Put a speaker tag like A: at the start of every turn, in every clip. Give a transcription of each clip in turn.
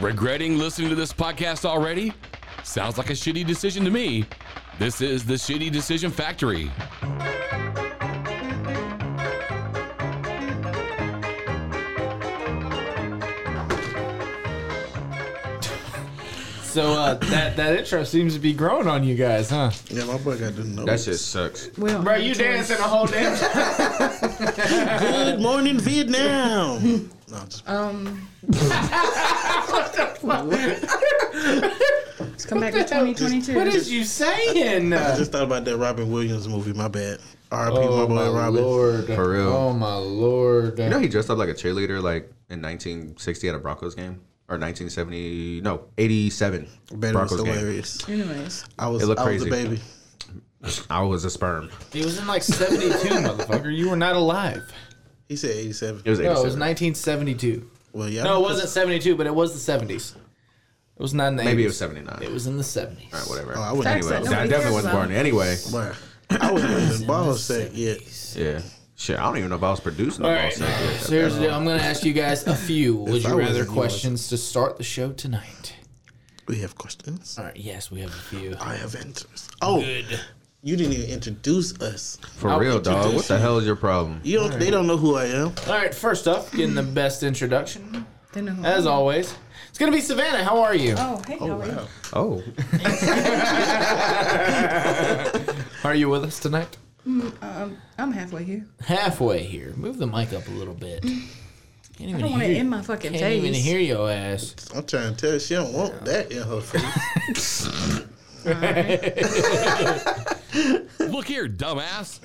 A: Regretting listening to this podcast already? Sounds like a shitty decision to me. This is the Shitty Decision Factory.
B: So uh, that that intro seems to be growing on you guys, huh?
C: Yeah, my boy got them
D: That
C: notes.
D: shit sucks.
B: Bro, you dancing a whole damn time.
C: Good morning, Vietnam. no, just,
E: Um. Let's come back to 2022.
B: What is you saying?
C: I just thought about that Robin Williams movie. My bad. R.I.P.
D: Oh
C: my boy uh, Robin.
B: Oh, lord!
D: For real.
B: Oh my lord!
D: You know he dressed up like a cheerleader like in 1960 at a Broncos game or 1970 no 87
C: Better was
D: Broncos game.
C: hilarious.
E: Mm-hmm. Anyways,
C: I was,
D: It looked
C: I was
D: crazy.
C: a baby.
D: I was a sperm.
B: He was in like '72, motherfucker. You were not alive.
C: He said 87.
D: It was
B: No,
D: 87.
B: it was 1972.
C: Well, yeah.
B: No, it wasn't '72, but it was the '70s. It was not in the
D: Maybe
B: 80s.
D: it was 79.
B: It was in the '70s.
D: All right, whatever.
C: Oh, I wouldn't
D: anyway,
C: anyway.
E: Facts
D: I
E: nobody
D: definitely
E: cares
D: wasn't
E: about.
D: born anyway.
C: Bruh, I was in the ball set yet.
D: Yeah. Shit, I don't even know if I was producing the
B: All
D: ball
B: right.
D: sack yet.
B: So here's the deal. I'm going to ask you guys a few would you
C: I was
B: rather
C: in yours.
B: questions to start the show tonight.
C: We have questions.
B: All right. Yes, we have a few.
C: I have answers. Oh, you didn't even introduce us.
D: For
B: I'll
D: real, dog. What
C: introduce
D: the
C: you.
D: hell is your problem?
C: You don't. They don't know who I am.
B: All right. First up, getting the best introduction
E: they know who
B: as always. It's going to be Savannah. How are you?
E: Oh, hey, how are you?
D: Oh,
B: Are you with us tonight?
E: Um, I'm halfway here.
B: Halfway here. Move the mic up a little bit. Can't even
E: I don't want to
B: hear.
E: end my fucking
B: Can't even
E: days.
B: hear your ass.
C: I'm trying to tell you, she don't want that in her face.
A: Look here, dumbass.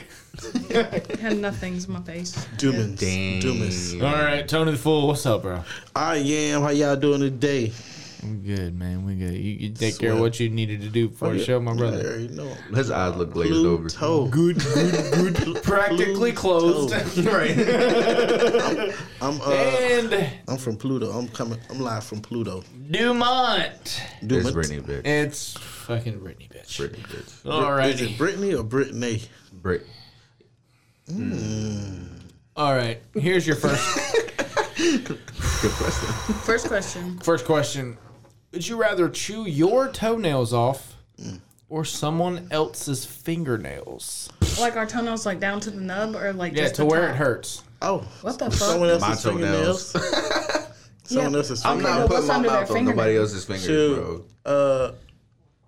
E: Had nothing's in my face.
C: Dumas.
D: Dang.
C: Dumas.
B: All right, Tony the Fool. What's up, bro?
C: I am. How y'all doing today?
B: I'm good, man. We good. You, you take care
C: care
B: of
C: of
B: what you needed to do for the show, my
C: I
B: brother.
C: already know.
D: his eyes look glazed over.
C: Pluto. Good, good, good.
B: Practically closed. right.
C: I'm uh,
B: And
C: I'm from Pluto. I'm coming. I'm live from Pluto.
B: Dumont.
D: It's
C: Dumas.
D: Brittany, bitch.
B: It's fucking Britney, bitch.
D: Brittany, bitch.
C: Is
B: Alrighty.
C: it Brittany or Brittany?
D: Brit.
B: All right. Here's your first
D: Good question.
E: First question.
B: first question. Would you rather chew your toenails off or someone else's fingernails?
E: Like our toenails, like down to the nub, or like
B: Yeah,
E: just
B: to
E: the
B: where
E: top?
B: it hurts.
C: Oh,
E: What the
C: someone
E: fuck?
D: My
C: else's fingernails. someone else's
D: I'm
C: fingernails.
D: not
E: what's
D: putting my
E: under their
D: mouth on
E: fingernail?
D: nobody else's fingers, bro.
C: Shoot. Uh,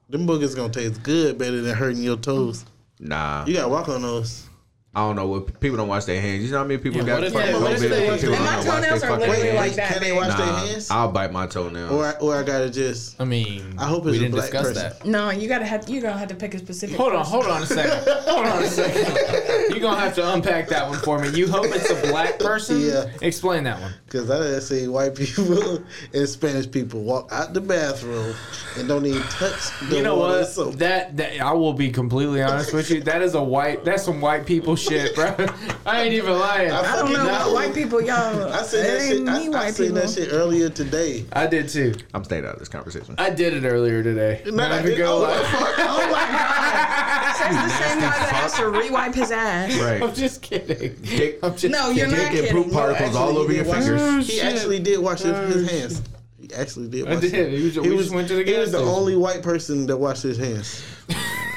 C: them boogers gonna taste good better than hurting your toes.
D: Nah.
C: You gotta walk on those.
D: I don't know what people don't wash their hands. You know how many people
B: Yeah,
D: got
B: what if-
D: fucking
B: yeah, what if
D: COVID?
B: they-
D: People
B: and
D: don't
E: my
D: know how to wash
E: toenails
D: their
E: are
D: fucking
E: literally
D: hands.
E: like that
C: Can they
E: big.
C: wash their
D: Nah,
C: hands?
D: I'll bite my toenails.
C: Or I, or I gotta just.
B: I mean,
C: I hope
B: we
C: it's a
B: didn't
C: black
B: discuss
C: person.
B: that.
E: No, you gotta have you're gonna have to pick a specific.
B: Hold on, hold on a second. Hold on a second. You're gonna have to unpack that one for me. You hope it's a black person?
C: Yeah.
B: Explain that one.
C: Cause I done see white people and Spanish people walk out the bathroom and don't even touch the
B: You know
C: water.
B: what?
C: Oh, So
B: That that I will be completely honest with you. That is a white. That's some white people shit, bro. I ain't even lying.
C: I
B: I,
E: I don't know about white people, y'all.
C: I seen
E: It
C: that shit.
E: ain't me
C: I, I
E: white
C: seen that
E: people.
C: shit earlier today.
B: did too.
D: I'm staying out of this conversation.
B: I did it earlier today. Not
C: I
B: even
C: did-
B: gonna
C: oh,
B: lie.
C: oh my
E: That's the same guy that has to re-wipe his ass.
B: I'm
D: Right.
B: just kidding.
D: Dick,
B: I'm just
E: No, you're
D: dick
E: not
D: and poop
E: kidding.
D: particles all over
C: he
D: your
C: did wash-
D: fingers.
B: Oh,
C: He actually did wash his, his hands. He actually did. Wash
B: did.
C: his-
B: He was- we just went to the
C: He
B: gas
C: was the
B: station.
C: only white person that washed his hands.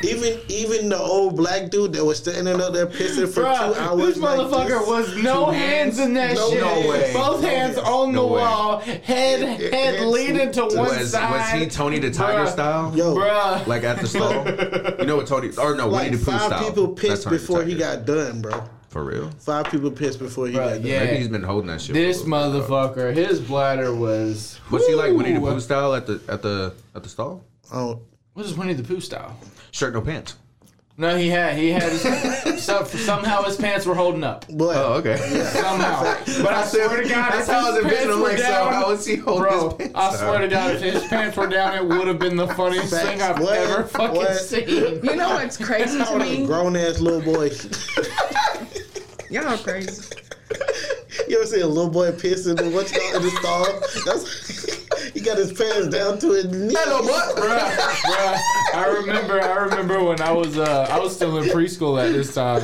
C: even even the old black dude that was standing up there pissing for
B: Bruh,
C: two hours.
B: this
C: like
B: motherfucker
C: this.
B: was no hands, in that
C: No
B: shit.
C: hands.
D: way.
B: Both
C: No
B: hands
C: hands.
B: on
D: No
B: the
D: way.
B: wall, head
C: it-
B: head
C: it's-
B: leaning to one
D: Was, was
B: side.
D: he Tony the Tiger
B: Bruh.
D: style?
C: Yo,
B: Bruh.
D: Like at the stall? You know what Tony? Or no,
C: like
D: Winnie the Pooh
C: five
D: style.
C: people
D: That's
C: pissed
D: Tony the
C: before he
D: Tiger.
C: got done, bro.
D: For real?
C: Five people pissed before he got done.
B: yeah.
D: Maybe he's been holding that shit. for a
B: this
D: little bit, dog.
B: motherfucker, his bladder was.
D: Was he like Winnie the
B: Woo!
D: Pooh style at the at the at the stall?
C: Oh,
B: What is Winnie the Pooh style?
D: Shirt no pants.
B: No, he had he had his, so, somehow his pants were holding up.
C: but
D: Oh okay.
B: Somehow, but I swear to God,
D: That's
B: if
D: how I
B: his
D: was
B: pants
D: envisioning. I'm
B: were
D: like, so
B: down,
D: how is he holding his
B: bro,
D: pants?
B: I swear to God, if his pants were down, it would have been the funniest
C: Facts.
B: thing I've
C: What?
B: ever fucking
C: What?
B: seen.
E: You know what's crazy to me?
C: grown ass little boy.
E: Y'all are crazy.
C: you ever see a little boy pissing in what's called in the stall? That's He got his pants down to his knees.
B: Bruh, bruh, I remember, I remember when I was, uh, I was still in preschool at this time.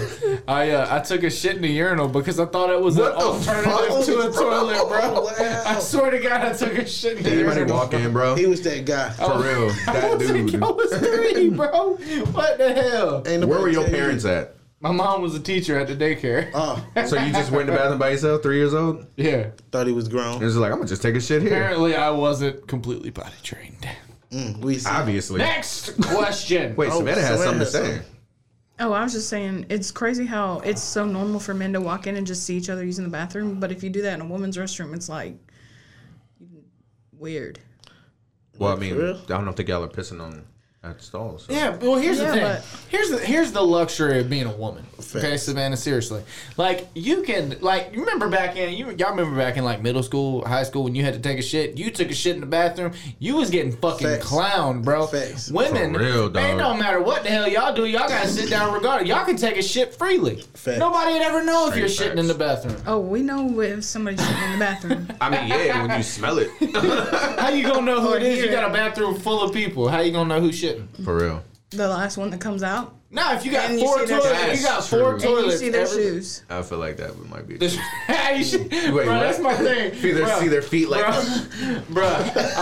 B: I, uh, I took a shit in the urinal because I thought it was an
C: the
B: alternative
C: fuck,
B: to a
C: bro?
B: toilet, bro.
C: Wow.
B: I swear to God, I took a shit in the
D: Did anybody
B: urinal.
D: walk in, bro?
C: He was that guy.
D: For real,
B: I
D: that
B: was
D: dude.
B: like, I was three, bro. What the hell?
C: Ain't
D: Where
C: nobody
D: were your
C: tell you.
D: parents at?
B: My mom was a teacher at the daycare.
C: Oh,
D: So you just went to the bathroom by yourself, three years old? And
B: yeah.
C: thought he was grown.
D: it's like, I'm gonna just take a shit here.
B: Apparently, I wasn't completely potty trained.
D: Mm.
C: We see.
D: Obviously.
B: Next question.
D: Wait, Savannah has
C: Savannah
D: something to
C: has
D: say.
C: something.
E: Oh, I was just saying, it's crazy how it's so normal for men to walk in and just see each other using the bathroom, but if you do that in a woman's restroom, it's like weird.
D: Well, I mean,
C: real?
D: I don't know if the gal are pissing on at stalls. So.
B: Yeah, well, here's the
E: Yeah,
B: thing.
E: but-
B: Here's the here's the luxury of being a woman. Okay, Savannah. Seriously, like you can like you remember back in you y'all remember back in like middle school, high school when you had to take a shit. You took a shit in the bathroom. You was getting fucking
C: Facts.
B: clowned, bro.
C: Facts.
B: Women,
D: For real, dog.
B: it don't matter what the hell y'all do. Y'all gotta sit down regardless. Y'all can take a shit freely.
C: Facts.
B: Nobody would ever know if you're
D: Straight
B: shitting in the bathroom.
E: Oh, we know if somebody's shitting in the bathroom.
D: I mean, yeah, when you smell it.
B: How you gonna know who
E: Or
B: it is? You
E: here.
B: got a bathroom full of people. How you gonna know who's shitting?
D: For real.
E: The last one that comes out,
B: Nah, if you got
E: And you
B: four
E: see their
B: toilets,
E: shoes.
B: if you got
D: That's
B: four
D: true.
E: and
B: toilets.
E: you see their
B: every-
E: shoes.
D: I feel like that might be.
B: This- Hey, you should-
D: Wait,
B: bro,
D: what?
B: that's my thing.
D: See their,
B: Bro,
D: see their feet like,
B: bro, bro, I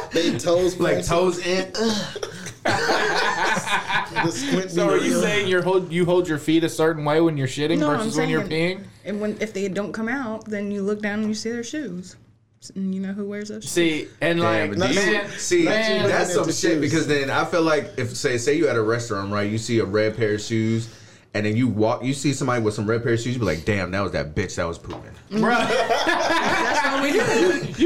B: always-
C: They toes
D: like
C: pointing,
D: toes in.
C: the squint
B: So are
C: being
B: you
C: real.
B: saying you hold you hold your feet a certain way when you're shitting
E: No,
B: versus
E: I'm
B: when you're peeing?
E: saying- And when if they don't come out, then you look down and you see their shoes. And you know who wears those? shoes?
B: See, and like,
D: Damn, do you-
B: man,
D: see,
B: man,
C: you- looking
D: that's some
C: at the
D: shit
C: shoes.
D: because then I feel like if say say you at a restaurant right, you see a red pair of shoes, and then you walk, you see somebody with some red pair of shoes, you be like, damn, that was that bitch that was pooping.
B: bro,
E: That's what we do.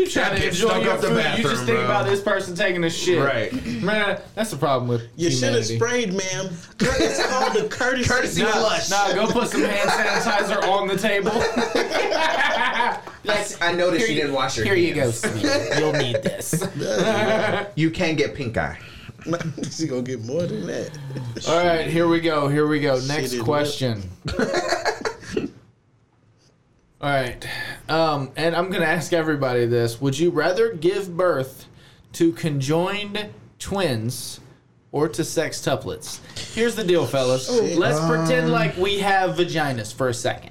B: you trying to
D: bitch
B: enjoy
D: stunk
B: your
D: up the
B: food? you
D: bathroom,
B: just think
D: bro.
B: about this person taking a shit,
D: Right.
B: Man, that's the problem with
C: You should have
B: humanity.
C: sprayed, ma'am. It's called the courtesy,
D: Courtesy
C: flush.
B: Nah,
D: flush.
B: go put some hand sanitizer on the table. Like,
D: I noticed
B: here
D: you didn't wash your
B: Here you go,
D: hands.
B: Steve. You'll need this.
D: You can get pink eye.
C: she gonna get more than that.
D: Uh,
B: All right, here we go. Here we go. Next
C: did
B: question. All right. Um, and I'm going to ask everybody this. Would you rather give birth to conjoined twins or to sextuplets? Here's the deal, fellas. Let's pretend like we have vaginas for a second.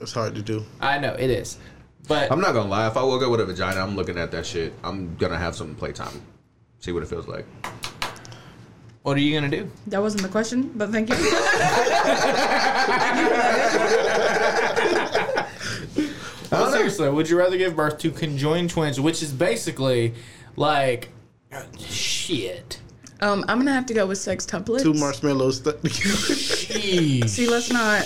C: It's hard to do.
B: I know it is. But
D: I'm not gonna lie, if I woke up with a vagina, I'm looking at that shit. I'm gonna have some playtime, see what it feels like.
B: what are you going to do?
E: That wasn't the question, but thank you.
B: No, seriously, would you rather give birth to conjoined twins, which is basically like shit.
E: Um, I'm gonna have to go with sex tuplets.
C: Two marshmallows stuck together.
B: Jeez.
E: See, let's not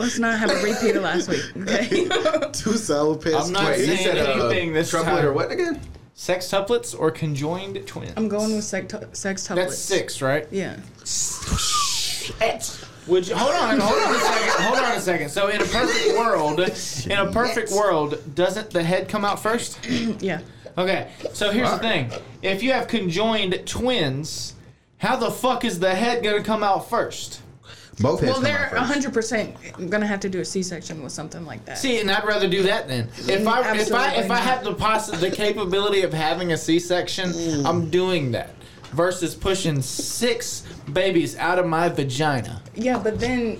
E: let's not have a repeat of last week. Okay.
C: Two sour pants.
B: I'm not
C: Wait,
D: Wait, you
B: saying
D: said uh,
B: anything this
D: triplet
B: time.
D: or what again?
B: Sextuplets or conjoined twins?
E: I'm going with sex tu- sex tuplets.
B: That's six, right?
E: Yeah.
B: Would you, hold on, hold on a second, hold on a second. So in a perfect world, in a perfect world, doesn't the head come out first?
E: Mm, Yeah.
B: Okay, so here's the thing: if you have conjoined twins, how the fuck is the head gonna come out first?
D: Both heads
E: Well,
D: come
E: they're
D: out first.
E: 100% gonna have to do a C-section with something like that.
B: See, and I'd rather do that then. If I if I if I
E: Absolutely.
B: had the possi- the capability of having a C-section, I'm doing that. Versus pushing six babies out of my vagina.
E: Yeah, but then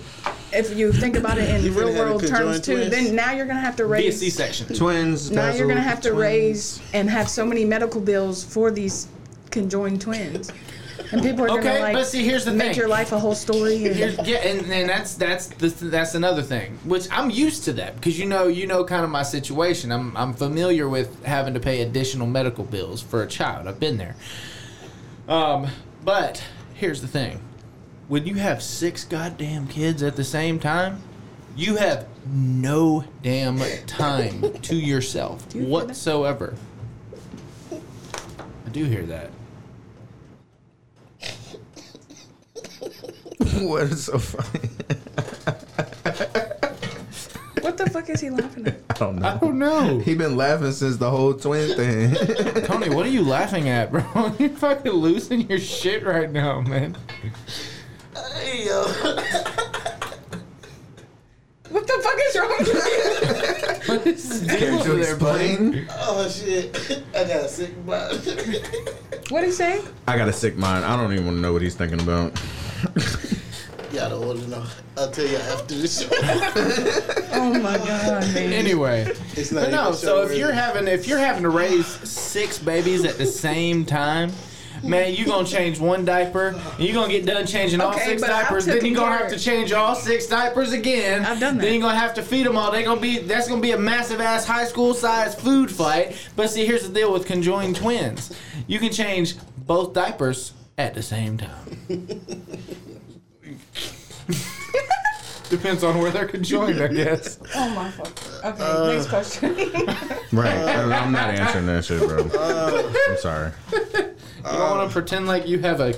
E: if you think about it
C: You
E: in
C: could've
E: real
C: had a
E: world terms
C: conjoined
E: too,
C: twins.
E: then now you're gonna have to
B: Be a
E: raise.
B: C-section.
D: Twins.
E: now you're
D: Basil,
E: gonna have to
D: twins.
E: raise and have so many medical bills for these conjoined twins, and people are
B: Okay,
E: gonna like
B: but see, here's the
E: make
B: thing.
E: your life a whole story. And,
B: Here's- yeah, and, and that's that's the, that's another thing, which I'm used to that because you know you know kind of my situation. I'm I'm familiar with having to pay additional medical bills for a child. I've been there. Um, but here's the thing: when you have six goddamn kids at the same time, you have no damn time to yourself
E: you hear that?
B: whatsoever. I do hear that.
D: What is so funny?
E: What the fuck is he laughing at?
D: I don't know.
B: Oh no.
D: He been laughing since the whole twin thing.
B: Tony, what are you laughing at, bro? You're fucking losing your shit right now, man.
C: Hey, yo.
E: What the fuck is wrong with you?
B: What
D: Can you explain?
C: Oh shit! I got a sick body.
E: What do you say?
D: I got a sick mind. I don't even want to know what he's thinking about.
C: y'all don't want to know. I'll tell y'all after the show.
E: Oh my god, man.
B: Anyway,
C: It's not
B: but no.
C: even
B: So if
C: show-worthy.
B: you're having if you're having to raise six babies at the same time. Man, you gonna change one diaper, and you gonna get done changing all
E: Okay,
B: six
E: but I've
B: diapers. Then
E: taken
B: you gonna
E: care
B: have
E: of-
B: to change all six diapers again.
E: I've done
B: Then
E: that.
B: you gonna have to feed them all. They gonna be that's gonna be a massive ass high school size food fight. But see, here's the deal with conjoined twins: you can change both diapers at the same time. Depends on where they're conjoined, I guess.
E: Oh my fuck. Okay,
C: Uh,
E: next question.
D: Right. I'm not answering that shit, bro. I'm sorry.
B: You don't want to pretend like you have a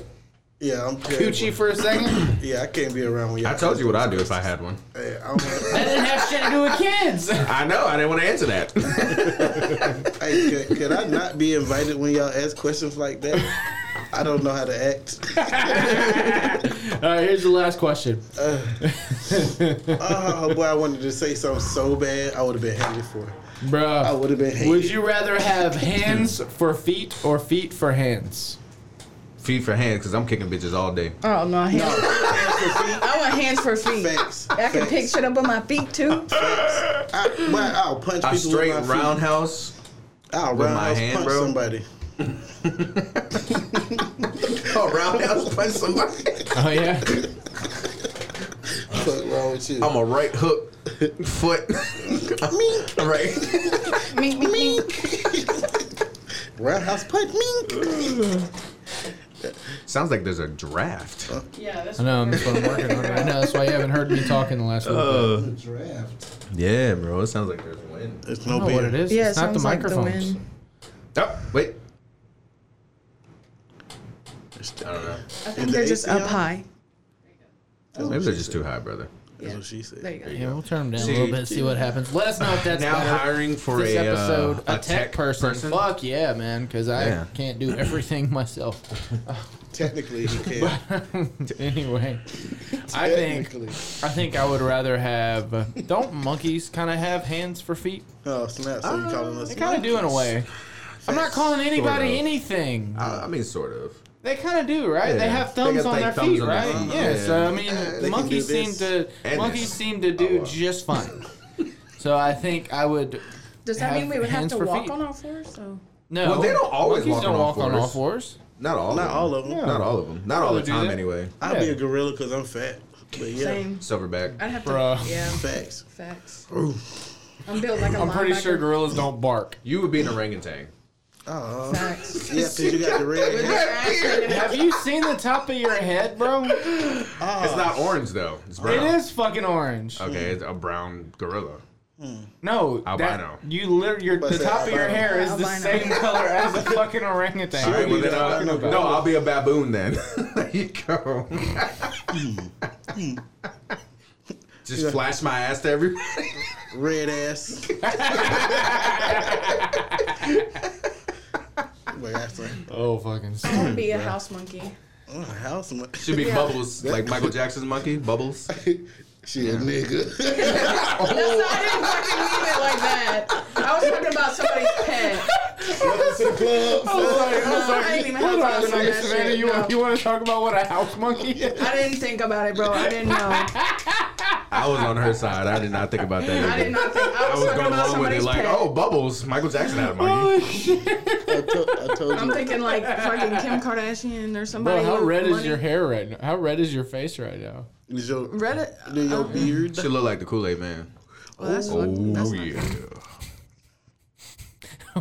C: yeah, I'm terrible.
B: coochie for a second?
C: Yeah, I can't be around when y'all.
D: I told you what I'd do if I had one.
C: Hey, I don't-
B: that didn't have shit to do with kids.
D: I know. I didn't want to answer that.
C: hey, could, could I not be invited when y'all ask questions like that? I don't know how to act.
B: All right, here's the last question.
C: Oh boy, I wanted to say something so bad. I would have been hated for it.
B: Bruh.
C: I would have been hated.
B: Would you rather have hands for feet or feet for hands?
D: Feet for hands, because I'm kicking bitches all day.
E: Oh no, hands. I want hands for feet.
C: Facts.
E: I can
C: Facts.
E: pick shit up with my feet too.
C: I, boy, I'll punch
D: I
C: people
D: straight
C: with my feet.
D: roundhouse.
C: I'll
D: with my
C: roundhouse
D: hand,
C: punch
D: bro.
C: somebody.
D: Oh, roundhouse punch somebody.
B: Oh yeah.
C: What's wrong with you?
D: I'm a right hook foot. right.
E: Meek, meek, meek.
C: roundhouse punch me.
D: Sounds like there's a draft.
E: Yeah, that's
B: I know. That's what I'm working on right now. That's why you haven't heard me talk in the last little bit.
C: Draft.
D: Yeah, bro. It sounds like there's a win.
C: It's no
B: I don't know what it
C: beer.
B: is.
E: Yeah,
B: it's
E: it
B: not the
E: sounds like the
B: microphones.
E: wind.
D: Oh, wait.
C: It's
D: I don't know.
E: I think they're just up high.
D: Maybe they're just too high, brother.
C: That's what she
E: There
C: said.
E: you go.
B: yeah, we'll turn them down
D: See-
B: a little bit. See what happens. Let us know if that's
D: Now
B: better.
D: hiring for
B: this
D: a, uh,
B: episode
D: a
B: a, tech,
D: tech
B: person.
D: person?
B: Fuck yeah, man. Because I
D: Yeah.
B: can't do everything myself.
C: Technically, he can.
B: anyway, I think
C: Technically.
B: I think I would rather have. Don't monkeys kind of have hands for feet?
C: Oh snap! So you calling us?
B: They kind of do in a way. I'm not calling anybody
D: of.
B: anything.
D: Uh, I, I mean, sort of.
B: They kind of do, right? They
D: Yeah.
B: have
D: They
B: thumbs
D: got
B: on
D: their
B: their
D: thumbs
B: feet,
D: on their
B: right?
D: thumbs,
B: yeah,
D: yeah. Uh,
B: So I mean,
C: do
B: monkeys seem
C: this
B: to
D: and
B: monkeys
D: this. Oh,
B: seem to do
D: wow.
B: just fine. so I think I would.
E: Does that
B: Have
E: mean we would have
B: hands
E: to
B: for
E: walk
B: feet.
E: on all fours? So
B: No,
D: Well, they don't always
B: monkeys
D: walk
B: don't
D: on all
B: walk on all
D: fours.
B: fours.
D: Not all.
C: Not
D: of them.
C: all of them.
D: Not all of them. Not all
B: Oh,
D: the
B: do
D: time,
B: they?
D: anyway.
C: I'll be a gorilla because I'm fat. But yeah,
E: same.
D: Silverback.
E: I'd have to.
B: Bruh.
E: Yeah.
C: facts.
E: Facts. I'm built like a
B: I'm pretty sure
E: linebacker.
B: gorillas don't bark.
D: You would be an orangutan.
C: Oh yeah,
E: Facts.
C: because you got the red. hair.
B: Have you seen the top of your head, bro? It
D: It's not
E: Oh.
D: orange though. It's brown.
B: is fucking orange.
D: Okay, it's a brown gorilla.
B: No,
D: Albino.
B: That, you literally, your, the
C: But say
B: top of your
C: albino.
B: hair is the
E: Albino.
B: same color as a fucking orangutan.
D: All right, well, then I'll-
C: talking about?
D: no, I'll be a baboon then. there you go. Just flash my ass to everybody.
C: Red ass. Wait, that's like,
B: Oh fucking.
E: I would be a house monkey.
C: oh, house mo-
D: Should be bubbles, like Michael Jackson's monkey, bubbles.
C: She a nigga.
E: That's not, I didn't fucking mean it like that. I was talking about somebody's pet. Oh, I ain't even
B: Hold
E: have
B: on a
E: thoughts on
B: second,
E: that
B: Savannah.
E: shit,
B: You, want,
E: no.
B: you want to talk about what a house monkey is?
E: I didn't think about it, bro. I didn't know.
D: I was on her side. I did not think about that.
E: I
D: either.
E: did not think. I
D: I
E: was,
D: was
E: talking
D: going
E: about
D: along with
E: somebody's
D: it, like,
E: pet.
D: oh, bubbles. Michael Jackson had a monkey.
C: I, to- I told
E: I'm
C: you.
E: thinking like fucking Kim Kardashian or somebody.
B: Bro, how
E: with
B: red is
E: money.
B: your hair right now? How red is your face right now?
C: Is your,
E: Red. it-
C: do your beard?
D: She look like the Kool Aid Man.
E: Well, that's
D: Oh,
E: fucking. That's not-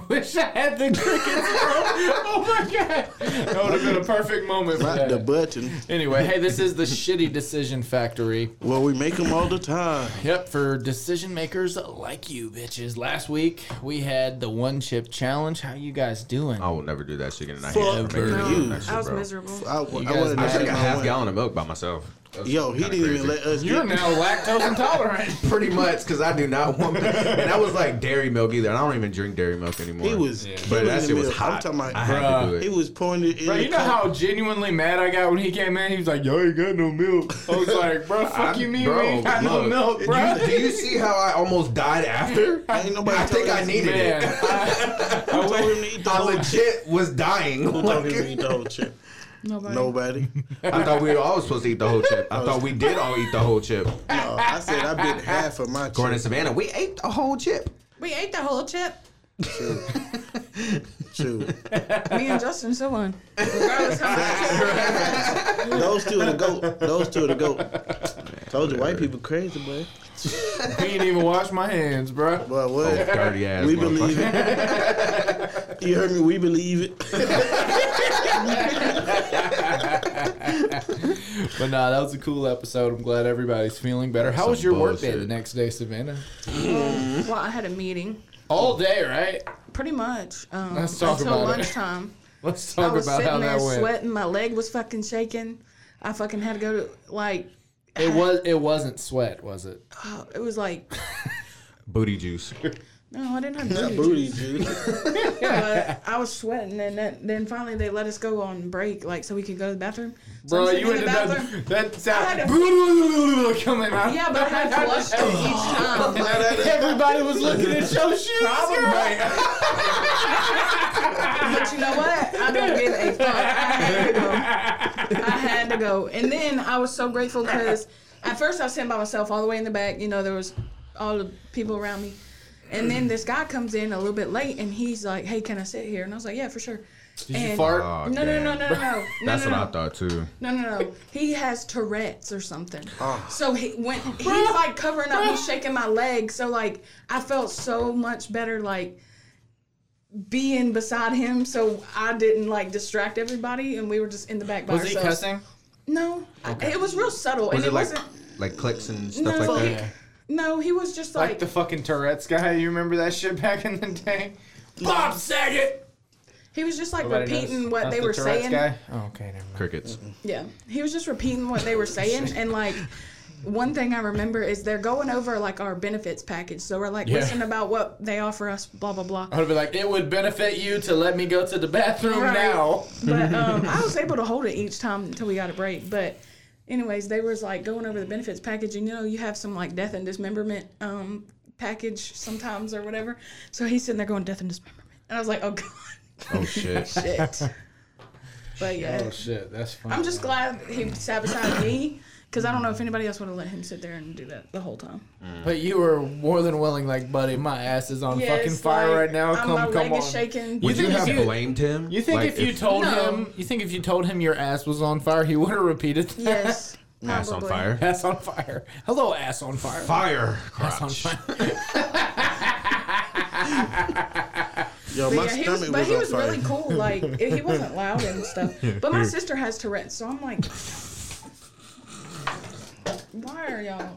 B: Wish I had the crickets, bro. oh my god, that would have been a perfect moment for
C: Not the
B: that.
C: button.
B: Anyway, hey, this is the shitty decision factory.
C: Well, we make them all the time.
B: Yep, for decision makers like you, bitches. Last week we had the one chip challenge. How you guys doing?
D: I will never do that shit again. And I hate for making me
E: no,
D: do that shit,
E: I was
D: bro.
E: miserable.
C: I, I
B: guys
C: wasn't
B: mad
D: I drank
C: ashamed
D: a
C: I
D: half
C: went.
D: gallon of milk by myself.
C: Yo, he didn't
D: Kinda
C: even
D: crazy.
C: let us.
B: You're
C: get-
B: now lactose intolerant.
D: Pretty much, because I do not want, and I was like dairy milk either, and I don't even drink dairy milk anymore.
C: He was.
D: but
C: killing
D: that
C: the
D: shit was
C: milk.
D: hot.
C: I'm talking
D: I
C: about.
D: had to do
C: He
D: it.
C: was pouring it in.
B: Bro,
C: the
B: you know
C: cup.
B: how genuinely mad I got when he came in? He was like, yo, you got no milk. I was like, bro, fuck
D: I-
B: you mean
D: bro,
B: we ain't got
D: look,
B: no milk, bro.
D: you- do you see how I almost died after?
C: Ain't nobody
D: I think
C: told
D: I
C: us,
D: needed
B: Man,
D: it.
B: I, I went-
C: Who told him to eat the
D: I
C: whole chip?
D: legit was dying.
C: Who told him to eat the whole chip?
E: Nobody.
C: Nobody.
D: I thought we were all supposed to eat the whole chip. I thought we did all eat the whole chip.
C: No, Oh, I said I bit half of my
D: Gordon and
C: chip.
D: Savannah, we ate the whole chip.
E: We ate the whole chip.
C: True. True.
E: Me and Justin still won. Regardless how much chip-
C: Those two are the goat. Those two are the goat. Told you, white people crazy, boy.
B: he ain't even wash my hands, bro.
C: But
D: Oh,
C: what?
D: Dirty ass.
C: we
D: motherfucker.
C: believe it. you heard me. We believe it.
B: But nah, that was a cool episode. I'm glad everybody's feeling better. How was
D: Some
B: your work day
D: bullshit.
B: the next day, Savannah?
D: Mm-hmm.
E: well, I had a meeting.
B: All day, right?
E: Pretty much. Um,
B: Let's talk
E: until
B: about it.
E: lunchtime.
B: Let's
E: I
B: talk
E: was
B: about
E: sitting
B: how
E: there
B: that went.
E: sweating. My leg was fucking shaking. I fucking had to go to like.
B: It was. It wasn't sweat, was it?
E: oh, it was like.
D: Booty juice.
E: No, I didn't have booty.
C: Booty juice.
E: but I was sweating, and then, then finally they let us go on break, like so we could go to the bathroom. So I'm
B: Bro,
E: sitting
B: you
E: in
B: ended
E: the
B: up that sound
E: had
B: coming out.
E: Yeah, but I had flushed it each time. Like,
B: Everybody was looking at your shoes. Probably.
E: but you know what? I don't give a fuck. I had to go. I had to go. And then I was so grateful because at first I was sitting by myself all the way in the back. You know, there was all the people around me. And then this guy comes in a little bit late, and he's like, "Hey, can I sit here?" And I was like, "Yeah, for sure."
B: Did you
E: And-
B: fart?
D: Oh,
E: No, no,
D: damn.
E: no, no, no, no.
D: That's
E: no, no,
D: what
E: no.
D: I thought too.
E: No, no, no. He has Tourette's or something.
D: Ah.
E: So he when he's like covering up, he's shaking my leg. So like I felt so much better like being beside him. So I didn't like distract everybody, and we were just in the back by
B: was he
E: ourselves.
B: cussing?
E: No, I- it was real subtle,
D: Was
E: and
D: it
E: it,
D: like
E: wasn't.
D: like clicks and
E: No,
D: stuff like
E: he,
D: that?
E: no, he was just
B: Like,
E: like,
B: the fucking Tourette's guy. You remember that shit back in the day? Bob Saget.
E: he was just like
B: Nobody knows?
E: repeating what
B: That's
E: they
B: the
E: were
B: Tourette's
E: saying.
B: Guy? Oh, okay, never mind.
D: Crickets.
E: Yeah, he was just repeating what they were saying, and like one thing I remember is they're going over like our benefits package. So we're like,
B: Yeah.
E: listen about what they offer us, blah blah blah.
D: Uh,
B: I would be like, it would benefit you to let me go to the bathroom
E: Right.
B: now.
D: mm-hmm.
E: But um, I was able to hold it each time until we got a break. But anyways, they was like going over the benefits package, and you know you have some like death and dismemberment um, package sometimes or whatever. So he's sitting there going death and dismemberment, and I was like, oh god,
D: Oh shit.
E: shit. but yeah,
B: Oh shit, that's funny.
E: I'm just glad he sabotaged me because I don't know if anybody else would have let him sit there and do that the whole time.
B: But you were more than willing, like, buddy, my ass is on
E: Yeah,
B: fucking
E: it's
B: fire
E: like,
B: right now.
E: I'm-
B: Come,
E: my
B: come
E: leg
B: on.
E: is shaking.
D: Would you,
B: think if
D: have
B: you-
D: blamed him?
B: You think
D: Like,
B: if you told
E: No.
B: him, you think if you told him your ass was on fire, he would have repeated that?
E: Yes.
D: ass on
E: probably.
D: fire?
B: Ass on fire. Hello, ass on fire.
D: Fire.
B: Ass on
D: crotch.
B: fire.
C: Yo,
E: But
C: my
E: yeah, he was,
C: stomach
E: but
C: was,
E: he
C: on
E: was
C: fire.
E: really cool. Like it, he wasn't loud and stuff. But my sister has Tourette's, so I'm like, why are y'all?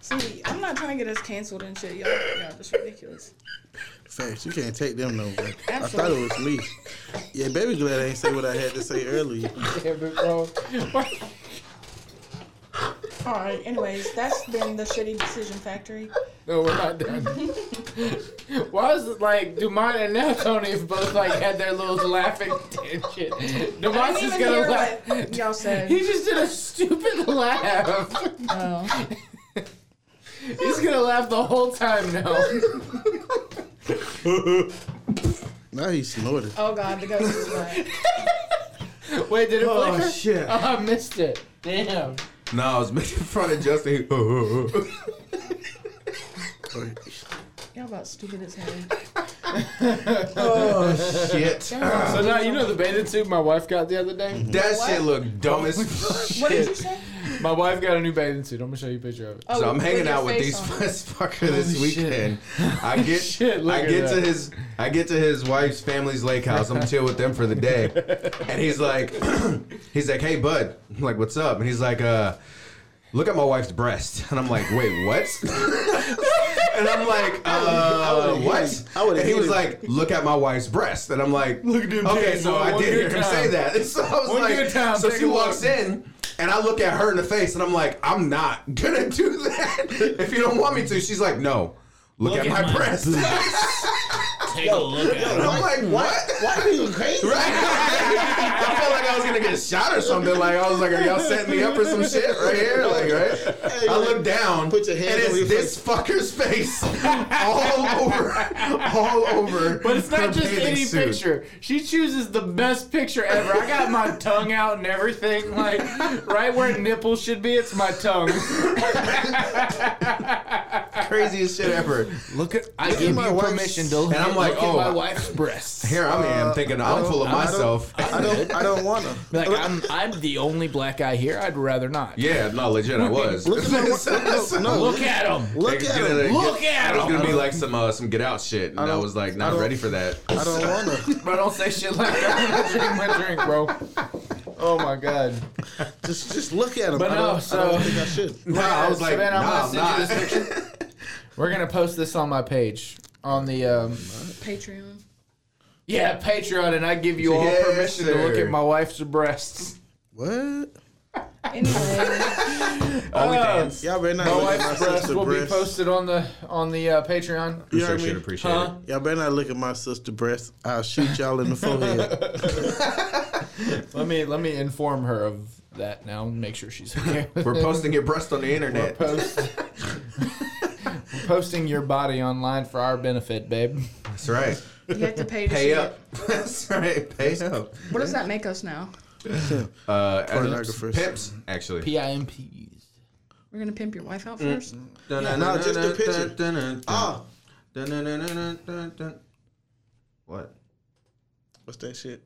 E: See, I'm not trying to get us canceled and shit. Y'all, y'all just ridiculous.
C: Facts, you can't take them no way. I thought
E: Absolutely.
C: it was me. Yeah, baby, glad I ain't say what I had to say earlier.
B: Damn it, bro.
E: All right. Anyways, that's been the shitty decision factory.
B: No, we're not done. Why is it like Dumont and now Tony have both like had their little laughing shit?
E: I
B: Dumont's just
E: didn't even
B: gonna
E: hear
B: laugh.
E: what y'all said.
B: He just did a stupid laugh.
E: Oh.
B: He's gonna laugh the whole time now.
C: Now he snorted.
E: oh God, the ghost is right.
B: Wait, did it flicker?
D: shit.
B: Oh, I missed it. Damn.
D: No, I was making fun of Justin. He- uh, uh, uh.
E: Y'all about stupid as hell.
B: Oh,
D: Shit.
B: So now you know the bathing suit my wife got the other day.
D: That
E: What?
D: shit looked
B: Oh,
D: dumb as fuck.
E: What did you say?
B: My wife got a new bathing suit. I'm gonna show you a picture of it.
E: Oh,
D: So I'm hanging
E: your
D: out with
E: face
D: these
E: on it.
D: fucker this
B: Holy shit.
D: weekend. I get
B: Shit, look
D: I
B: at
D: get to
B: that.
D: his I get to his wife's family's lake house. I'm chill with them for the day. And he's like he's like, "Hey bud." I'm like, "What's up?" And he's like, "Uh Look at my wife's breast, and I'm like, wait, what? and I'm like, uh,
C: would've
D: what?
C: hated- I would've
D: and he was
C: hated-
D: like, look at my wife's breast, and I'm like,
B: Look at them
D: okay,
B: titties,
D: so
B: one-
D: I
B: one
D: did hear
B: good
D: him
B: time.
D: say that. so I was
B: One
D: like,
B: good time,
D: so
B: take
D: she
B: a look.
D: walks in, And I look at her in the face and I'm like, I'm not gonna do that. If you don't want me to, she's like, no. Look, at, my, breasts.
F: Take a look at
D: And
F: it.
D: I'm like, what?
C: Why are you crazy?
D: Right? I felt like I was gonna get shot or something. Like I was like, are y'all setting me up for some shit right here? Like, right? I look down,
C: Put your hands
D: and it's
C: over your
D: this fucker's face all over, all over.
B: But it's
D: her
B: not just
D: bathing
B: any
D: suit.
B: picture. She chooses the best picture ever. I got my tongue out and everything, like right where nipple should be. It's my tongue.
D: Craziest shit ever. Look at
B: I
D: look at
B: give
D: my
B: you
D: wife's-
B: permission to look
D: And I'm like,
B: at
D: oh,
B: my wife's breasts.
D: Here I am thinking I'm full of
C: Uh, I don't-
D: myself.
C: I don't. I don't wanna.
B: Like I'm, I'm the only black guy here. I'd rather not.
D: Yeah, no, legit, I was.
C: Look at my wi- no, no,
B: Look at him.
C: look
D: It's
C: at
D: gonna-
C: him.
B: Look at
D: It was gonna be
B: him.
D: like some uh, some get out shit, and I,
C: don't-
D: was like,
C: I
D: not
C: don't-
D: ready for that.
C: I don't wanna.
B: Bro, don't say shit like that. I'm gonna drink my drink, bro. Oh my god.
C: Just, just look at him.
B: But
C: I
B: no,
C: don't, I
B: so-
C: don't think I should.
D: No, I was like,
B: Savannah, I'm
D: nah,
B: gonna
D: I'm
B: send
D: not.
B: We're gonna post this on my page. On the um,
E: Patreon.
B: yeah Patreon, and I give you all
D: Yes,
B: permission to look
D: sir.
B: at my wife's breasts.
C: What?
E: Anyway,
B: Oh,
D: OnlyFans.
C: Y'all better not
B: My
C: look at my
B: wife's breasts
C: sister
B: will be
C: breasts.
B: posted on the on the uh, Patreon.
C: You heard
D: Appreciate it.
C: me?
D: Appreciate
B: Huh?
D: it.
C: Y'all better not look at my sister breasts. I'll shoot y'all in the forehead.
B: Let me let me inform her of that now. and Make sure she's okay.
D: We're posting your breast on the
B: We're
D: internet.
B: post- We're posting your body online for our benefit, babe.
D: That's right.
E: you have to pay to see
D: Pay
E: it.
D: up. That's right. Pay up.
E: What does that make us now?
D: Uh,
C: Pornographers.
D: pimps, actually.
B: P I M P.
E: We're gonna pimp your wife out
D: Mm.
E: first.
C: no, just the picture. Ah,
D: picture. What?
C: what's that shit?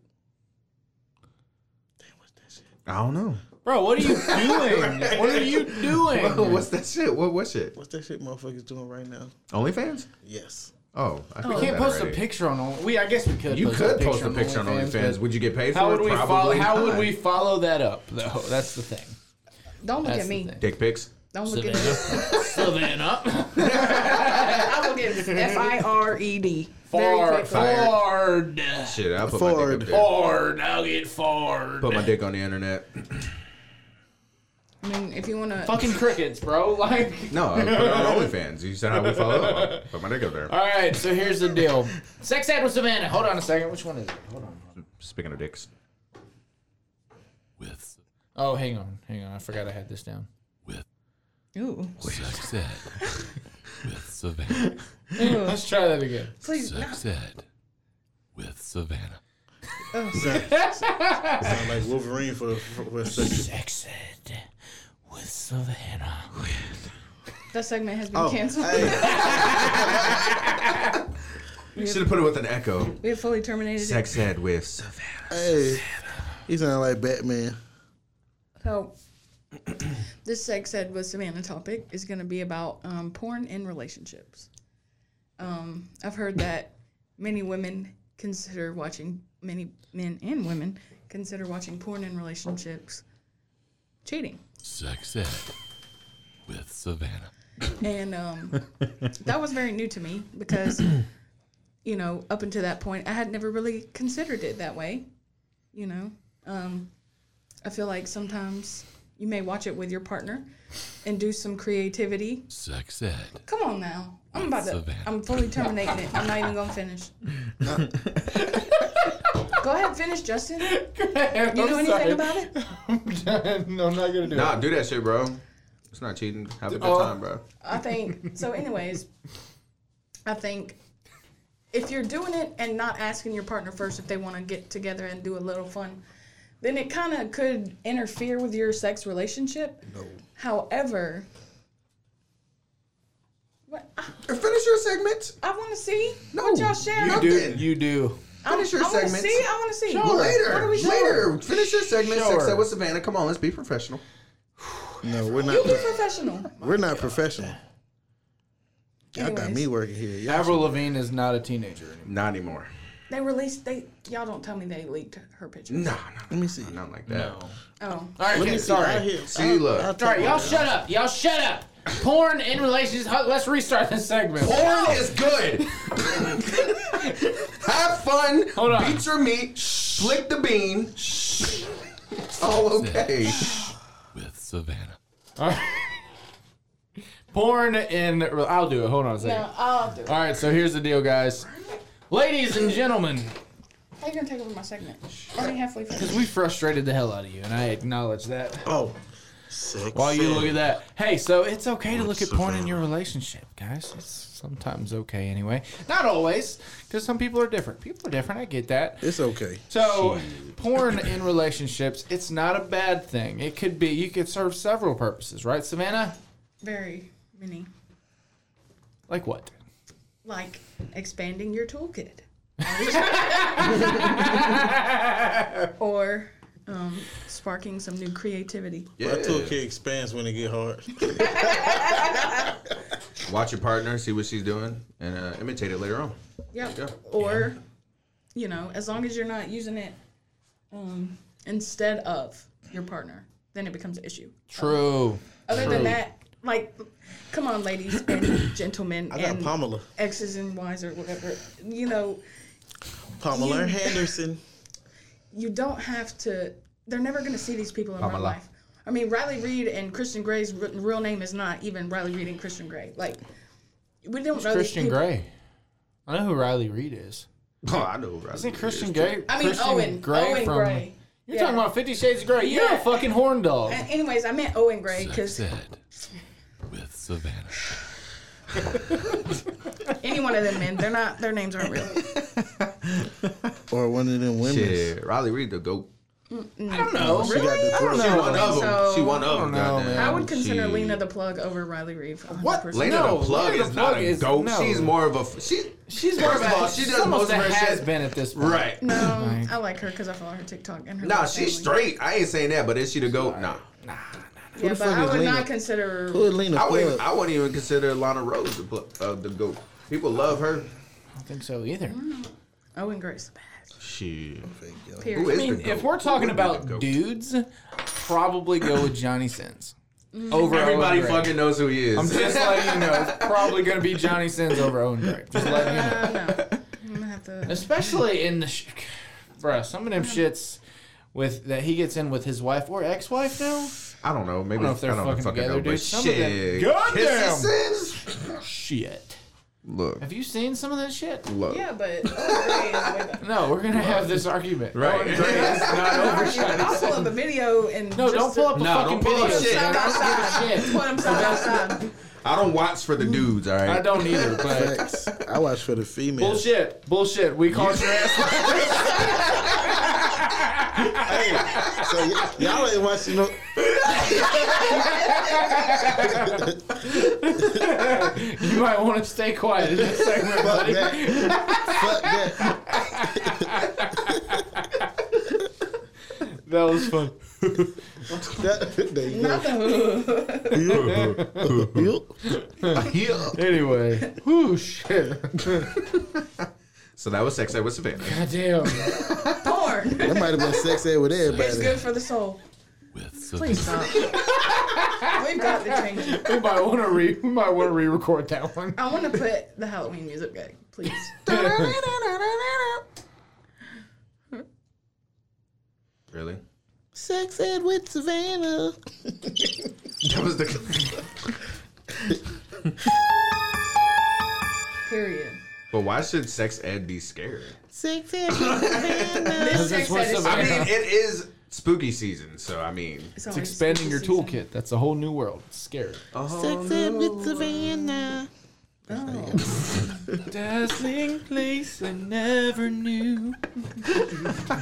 C: Damn, what's that shit?
D: I don't know.
B: Bro, what are you doing? What are you doing?
D: What's that shit? What was it?
C: What's that shit motherfuckers doing right now?
D: OnlyFans?
C: Yes.
D: Oh, I
B: We can't post a picture on. Only- We, I guess we could.
D: You could post a picture on
B: but
D: OnlyFans. Would you get paid for
B: How
D: it?
B: would we
D: Probably
B: follow? How would
D: not.
B: we follow that up, though? That's the thing.
E: Don't look
B: That's the
E: at me.
B: thing.
D: Dick pics.
E: Don't look at me.
B: Savannah, Savannah,
E: I will get F I R E D. Very
B: Ford,
E: quickly.
B: Ford,
D: Shit, I put my dick
C: Ford.
D: up there.
B: Ford. I'll get Ford.
D: Put my dick on the internet.
E: I mean, if you wanna,
B: Fucking crickets, bro. Like,
D: No, I put it on OnlyFans. You said how we follow up. Put my dick up there.
B: all right. So here's the deal. Sex ed with Savannah. Hold on a second. Which one is it? Hold on.
D: Speaking of dicks.
A: With
B: Oh, hang on, hang on. I forgot I had this down.
E: ooh,
A: sex ed. With Savannah.
B: Let's try that again.
E: please, no.
A: Sex ed. With Savannah.
C: Sound like Wolverine for, for, for a second.
B: Sex ed with Savannah.
E: that segment has been
D: Oh,
E: canceled.
D: You should have put it with an echo.
E: We have fully terminated it.
D: Sex ed with Savannah.
C: Hey, he sound like Batman.
E: So, this sex ed with Savannah topic is going to be about um, porn and relationships. Um, I've heard that many women consider watching, many men and women consider watching porn in relationships cheating.
A: Sex ed. With Savannah.
E: And um, that was very new to me because, you know, up until that point, I had never really considered it that way. You know, um, I feel like sometimes you may watch it with your partner and do some creativity.
A: Sex ed.
E: Come on now. I'm about to, I'm fully terminating it. I'm not even going to finish. Go ahead, finish, Justin. You know anything about it?
B: no, I'm not gonna do it.
D: Nah, do that shit, bro. It's not cheating. Have a good
B: Oh.
D: time, bro.
E: I think so. Anyways, I think if you're doing it and not asking your partner first if they want to get together and do a little fun, then it kind of could interfere with your sex relationship. No. However, what I,
D: Finish your segment.
E: I want to see
D: No,
E: what y'all share.
D: you
B: You,
D: Nothing.
B: you do.
E: I,
D: finish your
E: I want to
D: segments.
E: see. I want to see.
B: her.
E: What are
D: Later.
E: we doing?
D: Later. Finish your segment.
B: Sure.
D: Sex ed with Savannah. Come on, let's be professional.
C: No, we're
E: You
C: not.
E: be professional.
C: We're not professional. Y'all got
E: Anyways,
C: me working here. Y'all
B: Avril Lavigne is not a teenager anymore.
D: Not anymore.
E: They released. They y'all don't tell me they leaked her picture.
D: Nah,
C: Let me see.
D: nah, not like that.
E: Oh,
B: All right, okay,
C: Out
B: sorry.
C: here.
D: See, look.
B: All right, y'all shut up. Y'all shut up. Porn in relationships. huh, Let's restart this segment.
D: Porn is good. Have fun.
B: Hold on.
D: Beat your meat. Flick the bean. It's all okay.
A: Savannah.
B: Porn in. I'll do it. Hold on a second.
E: No, I'll do it.
B: All right, so here's the deal, guys. Ladies and gentlemen,
E: How you gonna take over my segment? Already halfway finished.
B: because we frustrated the hell out of you, and I acknowledge that.
C: Oh, six.
B: While you look at that, hey, so it's okay to look at porn in your relationship, guys. It's sometimes okay anyway. Not always, because some people are different. People are different. I get that.
C: It's okay.
B: So, porn in relationships, it's not a bad thing. It could be, you could serve several purposes, right, Savannah?
E: Very many.
B: Like what?
E: Like expanding your toolkit. or um, sparking some new creativity.
C: My toolkit expands when it get hard.
D: Watch your partner, see what she's doing, and uh, imitate it later on.
E: Yep.
D: Yeah.
E: Or, you know, as long as you're not using it um, instead of your partner, then it becomes an issue.
B: True.
E: Other than that, like, come on, ladies and gentlemen
C: I got
E: and
C: Pamela.
E: X's and Y's or whatever. You know,
C: Pamela
E: You-
C: Henderson.
E: you don't have to. They're never going to see these people in real
D: Pamela.
E: life. I mean, Riley Reed and Christian Gray's r- real name is not even Riley Reed and Christian Gray. Like, we don't know these
B: Christian
E: people.
B: Gray. I know who Riley Reed is.
D: Oh, I know. Right?
B: Isn't Christian Gray?
E: I mean,
B: Christian
E: Owen. Owen Gray.
B: You're
E: Yeah.
B: talking about Fifty Shades of Grey. You're a
E: Yeah.
B: fucking horn dog.
E: A- Anyways, I meant Owen Gray because
A: Said with Savannah.
E: any one of them men, they're not. Their names aren't real.
C: Or one of them women.
D: Shit, Riley Reed the goat.
B: I don't know.
C: She got the throat.
D: She one of them.
E: So-
D: she one of them.
B: I don't know,
D: goddamn.
B: man.
E: I would consider
D: She-
E: Lena the plug over Riley Reed. For 100%.
B: What?
D: Lena
B: No,
D: the plug
B: Lena
D: is
B: the
D: not
B: Plug
D: a
B: is-
D: goat.
B: no.
D: She's more of a. She,
B: She's
D: First of all, she does
B: almost
D: most of
B: a
D: her
B: has
D: shit-
B: been at this point.
D: right. No,
E: No, I like her because I follow her TikTok and her.
D: nah,
E: whole
D: she's
E: family.
D: straight. I ain't saying that, but is she the goat? Nah.
E: Yeah,
C: the
E: but
C: fuck
E: I
C: is
E: would
C: Lena?
E: not consider.
C: Who is Lena
D: I wouldn't.
C: Plug?
D: I wouldn't even consider Lana Rose the pl- uh, the goat. People love
B: I
D: her.
B: don't think so either.
E: Mm-hmm. Owen Gray's the best.
D: She.
E: Period.
D: Who is
B: I mean,
D: the goat?
B: if we're talking
D: Who would be the
B: about
D: goat?
B: dudes, probably go with Johnny Sins. Over Owen
D: everybody
B: Gray.
D: fucking knows who he is.
B: I'm just letting you know, it's probably gonna be Johnny Sins over Owen Gray. Just letting you know.
E: Uh, no, I'm gonna have to.
B: Especially in the, sh- bruh, some of them shits with that he gets in with his wife or ex-wife now.
D: I don't know. Maybe
B: I don't know if they're fucking together,
D: know, but
B: dude. Some of them-
D: shit.
B: Goddamn!
D: Kisses.
B: Shit.
D: Look,
B: Have you seen some of that shit?
D: look.
E: Yeah, but Owen Gray is way better.
B: No, we're gonna have this argument.
D: Right.
B: Owen Gray is not over Johnny
E: I'll pull
B: Sins.
E: up a video and
B: No, don't pull up a
D: No,
B: fucking
D: don't pull up
B: video.
D: shit.
B: man. I don't give a
E: Put
B: shit.
E: him side by side.
D: I don't watch for the dudes. All right.
B: Mm. I don't either, but
C: Facts. I watch for the female.
B: bullshit, bullshit. We called your ass.
C: Hey, so y- y'all ain't watching no.
B: You might want to stay quiet in this segment,
C: Fuck
B: buddy.
C: that. Fuck that.
B: That was fun.
C: that there you go.
E: Not the who.
B: Anyway, whoo shit.
D: So that was sex ed with Savannah.
B: Goddamn.
E: Porn.
C: That might have been sex ed with
E: It's
C: everybody.
E: good for the soul.
A: With Savannah.
E: Please stop. We've got to change it.
B: We might want to re. We might want to re-record that one.
E: I want to put the Halloween music back, please.
D: Really?
C: Sex ed with Savannah.
D: That was the.
E: Period.
D: But why should sex ed be scary?
C: Sex ed with Savannah.
E: This
B: that's
E: sex
B: what
E: ed is
D: I
B: Savannah-
E: always-
D: mean, it is spooky season, so I mean,
B: It's expanding your toolkit. That's a whole new world. It's scary.
C: Sex ed with Savannah.
E: Oh,
B: Dazzling place I never knew.
D: I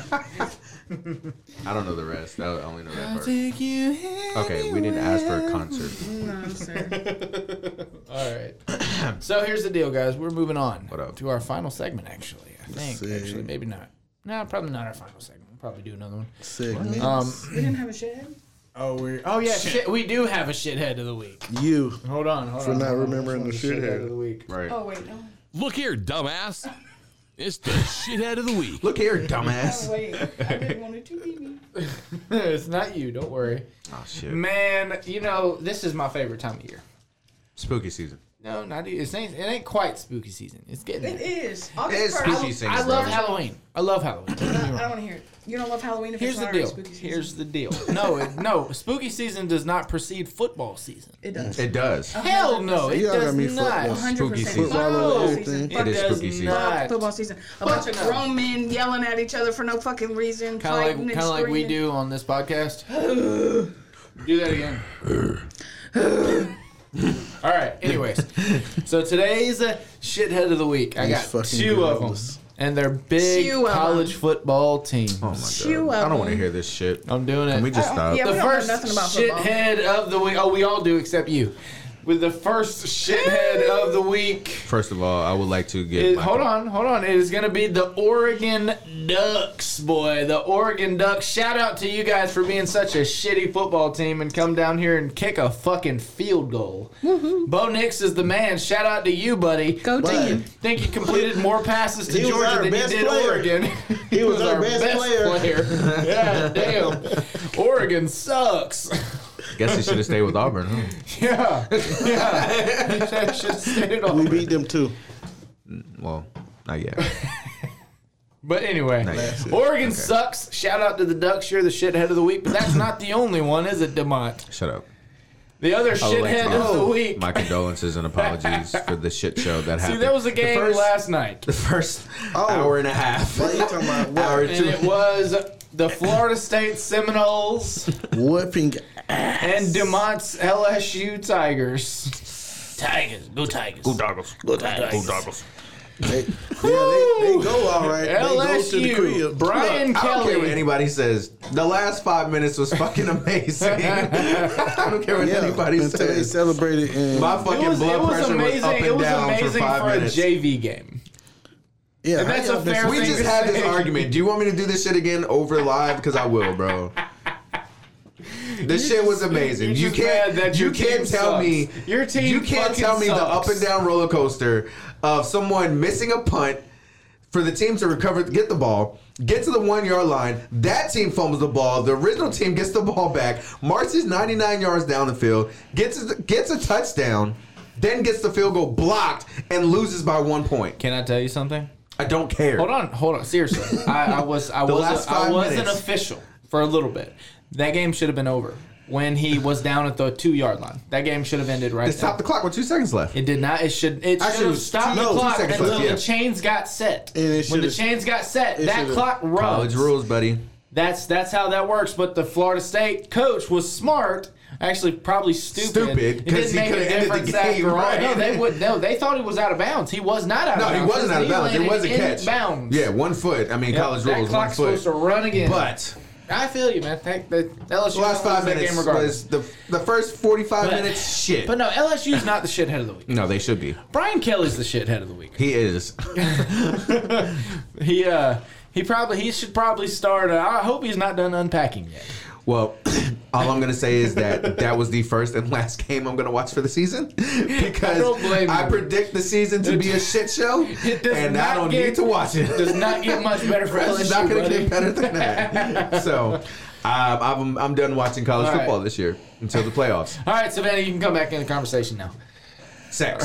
D: don't know the rest. I only know that part.
B: Take you in.
D: Okay, we didn't ask for a concert.
E: No, I'm sorry.
B: All right. so here's the deal, guys. We're moving on
D: What up?
B: to our final segment. Actually, I think
C: see.
B: actually maybe not. No, probably not our final segment. We'll probably do another one.
C: Segment.
B: Um.
E: We didn't have a shithead.
B: Oh, we. Oh yeah. Shit. we do have a shithead of the week.
C: You.
B: Hold on. Hold
C: For
B: on.
C: not
B: hold on.
C: remembering
B: Which
C: the
B: one's
C: shithead?
B: of the week.
D: Right.
E: Oh wait, no.
A: Look here, dumbass. It's the shithead of the week.
D: Look here,
E: Oh
D: dumbass.
E: wait, I didn't want it to be me.
B: it's not you. Don't worry.
D: Oh shit.
B: Man, you know this is my favorite time of year.
D: Spooky season.
B: No, not e- it. Ain't, it ain't quite spooky season. It's getting
E: It
B: there.
E: is.
D: It is
E: August
D: spooky
E: first.
D: season,
B: I love
D: bro.
B: Halloween. I love Halloween. Don't get
E: I
B: me
E: don't
B: wrong.
E: want to hear it. You don't love Halloween if
B: Here's
E: it's
B: the
E: not already
B: deal.
E: spooky season.
B: Here's the deal. No, it, no. Spooky season does not precede football season.
E: it does.
D: It does.
B: Hell no, it
C: Y'all got
B: does
C: me
B: not.
C: fucked up.
E: 100%
D: Spooky season.
E: Football
B: No,
E: season.
C: It
E: Fuck
D: is
B: does
D: spooky season.
B: not.
E: football season. A
B: Fuck
E: bunch of
B: no.
E: grown men yelling at each other for no fucking reason.
B: Kind of like,
E: fighting and
B: kind of like we
E: screaming.
B: do on this podcast. do that again. All right. Anyways, so today's uh, shithead of the week. I
C: These
B: got
C: fucking
B: two of them,
C: girls.
B: and they're big
E: Two of 'em.
B: college football teams.
D: Oh my
E: Chew
D: god. I
E: up.
D: don't want to hear this shit.
B: I'm doing it.
D: Can we just
E: Uh-uh.
D: stop?
E: Yeah,
B: the
E: We don't know
B: first
E: nothing about football.
B: shithead of the week. Oh, we all do except you. With the first shithead of the week.
D: First of all, I would like to get.
B: It,
D: my-
B: hold on, hold on. It is going to be the Oregon Ducks, boy. The Oregon Ducks. Shout out to you guys for being such a shitty football team and come down here and kick a fucking field goal. Bo Nix is the man. Shout out to you, buddy.
E: Go
C: But-
E: team.
B: Think he completed more passes to
C: He was
B: Georgia
C: our
B: than he
C: best
B: did
C: player.
B: Oregon.
C: He was our best player.
B: player. yeah, damn. Oregon sucks.
D: Guess he should have stayed with Auburn. Huh?
B: yeah, yeah. that should stay it
C: We
B: all.
C: beat them too.
D: Well, not yet.
B: But anyway,
D: Nice.
B: Oregon sucks. Shout out to the Ducks. You're the shithead of the week. But that's not the only one, is it, Demont?
D: Shut up.
B: The other
D: I would like to
B: shithead
D: give
B: of the week.
D: Oh, My condolences and apologies for the shit show that
B: See,
D: happened.
B: there was a
D: The
B: game
D: first-
B: last night,
D: The first
C: Oh.
D: hour and a half.
C: Why you talking about what-
D: hour
B: and it
D: two.
B: was the Florida State Seminoles
C: Whooping.
B: and Demont's LSU Tigers.
F: Tigers. Go Tigers. Go Tigers. Go Tigers. Go Tigers.
C: They, yeah, they, they go all right. They go to the
B: LSU,
C: crib.
B: Brian
D: uh, I don't care what
B: Kelly.
D: anybody says. The last five minutes was fucking amazing. I don't care what
C: Yeah,
D: anybody
C: until they
D: says.
C: celebrated and
D: My fucking
B: It was,
D: blood
B: it was
D: pressure
B: amazing.
D: was up and
B: it was
D: down
B: amazing
D: for five
B: a
D: minutes.
B: JV game.
C: yeah,
B: and that's
C: how
B: a
C: y'all been
B: fair
C: so-
D: we just had this argument. Do you want me to do this shit again over live? Because I will, bro. This shit was amazing.
B: you're
D: You
B: just
D: can't.
B: mad that
D: you
B: your team
D: can't tell
B: sucks.
D: me.
B: Your team
D: You can't
B: fucking
D: tell me the
B: sucks.
D: up and down roller coaster of someone missing a punt for the team to recover, get the ball, get to the one yard line. That team fumbles the ball. The original team gets the ball back. Marches 99 yards down the field. Gets a, gets a touchdown. Then gets the field goal blocked and loses by one point.
B: Can I tell you something?
D: I don't care.
B: Hold on, hold on. Seriously, I, I was I was
D: last
B: I
D: five
B: was an
D: minutes.
B: official for a little bit. That game should have been over when he was down at the two yard line. That game should have ended right
D: They
B: there.
D: stopped the clock with two seconds left.
B: It did not. It should. It
D: Actually,
B: should
D: it
B: have
D: was
B: stopped
D: two-
B: the
D: no, two
B: clock
D: seconds
B: until
D: left, yeah.
B: the chains got set.
C: And it
B: when the
C: should've-
B: chains got set,
C: it
B: that
C: should've-
B: clock runs.
D: College rules, buddy.
B: That's that's how that works. But the Florida State coach was smart. Actually, probably stupid.
D: Stupid,
B: It didn't
D: 'cause he
B: make a
D: could've ended the
B: difference
D: game,
B: after all.
D: right?
B: No, they would. No, they thought he was out of bounds. He was not out.
D: No,
B: of bounds.
D: he wasn't out of
B: His knee
D: bounds. It
B: landed
D: was a
B: in
D: catch.
B: Bounds.
D: Yeah, one foot. I mean,
B: Yep,
D: college
B: that
D: rules one
B: clock's supposed to
D: foot.
B: run again.
D: But
B: I feel you, man. That, that, that LSU
D: the last
B: won
D: five
B: that
D: minutes
B: game regardless.
D: was the the first forty five
B: But-
D: minutes. Shit.
B: But no, LSU's not the shithead of the week.
D: no, they should be.
B: Brian Kelly's the shithead of the week.
D: He is.
B: He uh he probably he should probably start. Uh, I hope he's not done unpacking yet.
D: Well, all I'm gonna say is that that was the first and last game I'm gonna watch for the season because
B: I don't blame
D: I
B: you.
D: predict the season to be a shit show,
B: does
D: and
B: not
D: I don't
B: get-
D: need to watch it.
B: Does not get much better for LSU.
D: It's not going to
B: buddy.
D: get better than that. so, um, I'm, I'm done watching college
B: All right.
D: football this year until the playoffs.
B: All right, Savannah, you can come back in the conversation now.
D: Sex.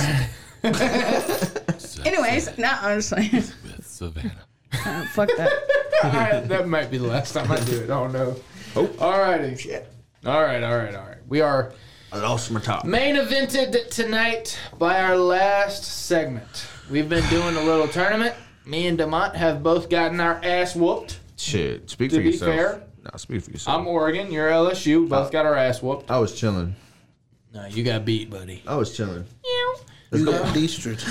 E: Anyways, not honestly.
A: With Savannah.
E: Fuck that.
B: all right, that might be the last time I do it. I don't know.
D: Oh.
B: All righty. All right, all right, all right. We are
D: I lost my top.
B: main evented tonight by our last segment. We've been doing a little tournament. Me and Demont have both gotten our ass whooped.
D: Shit. Speak
B: To
D: for
B: be
D: yourself.
B: fair,
D: no, speak for yourself.
B: I'm Oregon. You're LSU. Both got our ass whooped.
D: i was chilling.
B: No, you got beat, buddy.
D: I was chilling.
C: You got destroyed.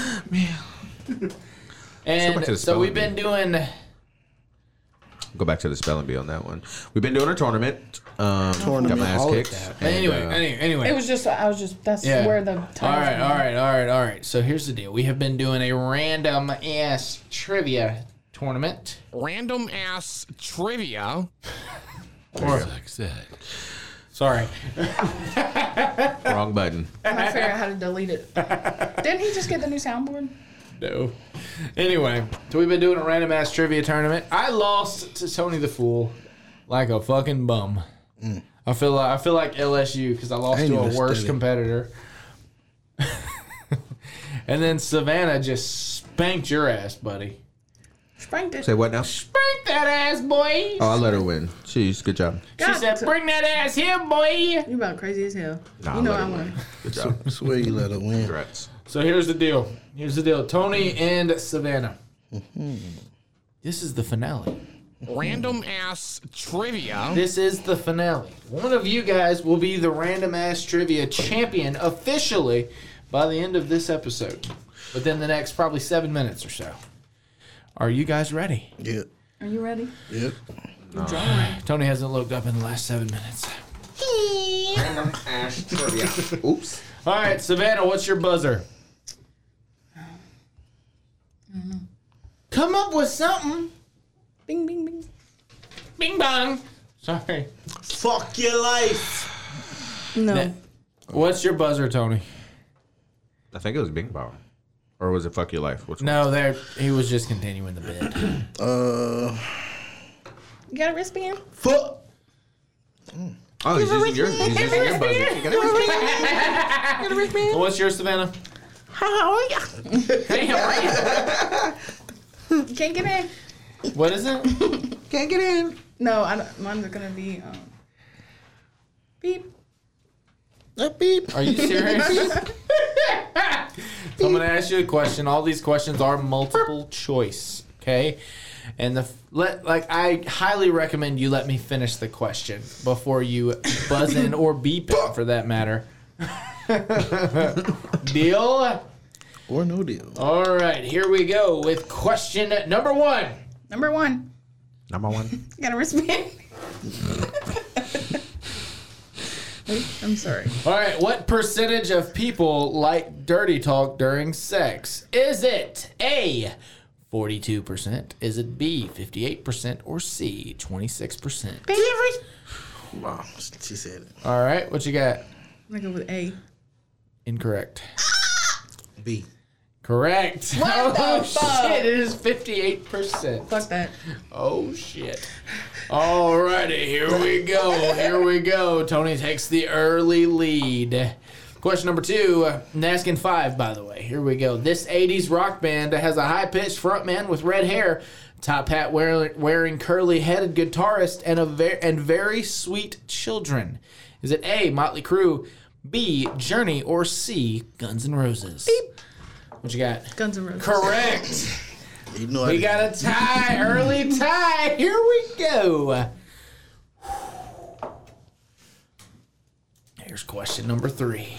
B: And
D: much to the
B: so we've been
D: spelling
B: doing.
D: Go back to the spelling bee on that one. We've been doing a tournament. Um,
C: Tournament,
D: Got my ass
C: all of
D: kicked.
C: that.
D: and,
B: Anyway,
D: uh,
B: anyway, anyway.
E: It was just, I was just, that's
B: Yeah.
E: where the
B: All
E: title
B: right, all right, all right, all right. So here's the deal: we have been doing a random ass trivia tournament.
A: Random ass trivia.
B: Or,
A: Like said.
B: sorry,
D: uh, wrong button.
E: I'm trying to figure out how to delete it. Didn't he just get the new soundboard?
B: no. Anyway, so we've been doing a random ass trivia tournament. I lost to Tony the Fool, like a fucking bum. I feel like I feel like LSU because I lost
C: I ain't
B: to a
C: even
B: worse
C: studied.
B: competitor. And then Savannah just spanked your ass, buddy.
E: Spanked it.
D: Say what now?
B: Spank that ass, boy.
D: Oh, I let her win. Jeez, good job.
B: She said, "Bring that ass here, boy."
E: You about crazy as hell.
D: Nah,
E: you know
D: let
E: I
D: it
E: won.
D: Good job.
C: Swear you let her win.
D: Congrats.
B: So here's the deal. Here's the deal. Tony and Savannah. Mm-hmm. This is the finale.
A: Random ass trivia.
B: This is the finale. One of you guys will be the random ass trivia champion officially by the end of this episode, within the next probably seven minutes or so. Are you guys ready?
C: Yeah.
E: Are you ready?
C: Yep.
B: Tony hasn't looked up in the last seven minutes.
D: Oops.
B: All right, Savannah, what's your buzzer? Come up with something.
E: Bing, bing, bing.
B: Bing bong. Sorry.
C: Fuck your life.
E: No.
B: That- What's your buzzer, Tony?
D: I think it was Bing Bauer. Or was it Fuck Your Life? Which
B: No, there. He was just continuing the bid.
C: Uh.
E: You got a wristband?
C: Fuck.
D: one? Oh, he's using your, he's using your buzzer.
E: You got a wristband?
B: What's yours, Savannah?
E: You can't get in.
B: What is it?
D: Can't get in.
E: No, I don't, mine's gonna be um, beep.
C: That beep.
B: Are you serious? so I'm going to ask you a question. All these questions are multiple choice, okay? And the f- let like I highly recommend you let me finish the question before you buzz in or beep it for that matter. Deal?
C: Or no deal.
B: All right, here we go with question number 1.
E: Number one,
D: Number one.
E: you got a wristband. Wait, I'm sorry.
B: All right, what percentage of people like dirty talk during sex? Is it A, 42%? Is it B, 58%? Or C, 26%?
C: Mom, she said it.
B: All right, what you got?
E: I'm gonna go with A.
B: Incorrect.
C: B.
B: Correct.
E: What the
B: oh,
E: fuck?
B: shit, it is 58%.
E: Fuck that.
B: Oh, shit. Alrighty, here we go. Here we go. Tony takes the early lead. Question number two, Naskin 5, by the way. Here we go. This 80s rock band has a high pitched frontman with red hair, top hat wearing, wearing curly headed guitarist, and, a ver- and very sweet children. Is it A, Motley Crue, B, Journey, or C, Guns N' Roses? What you got?
E: Guns N' Roses.
B: Correct.
C: You know I
B: We
C: did-
B: got a tie, early tie. Here we go. Here's question number three.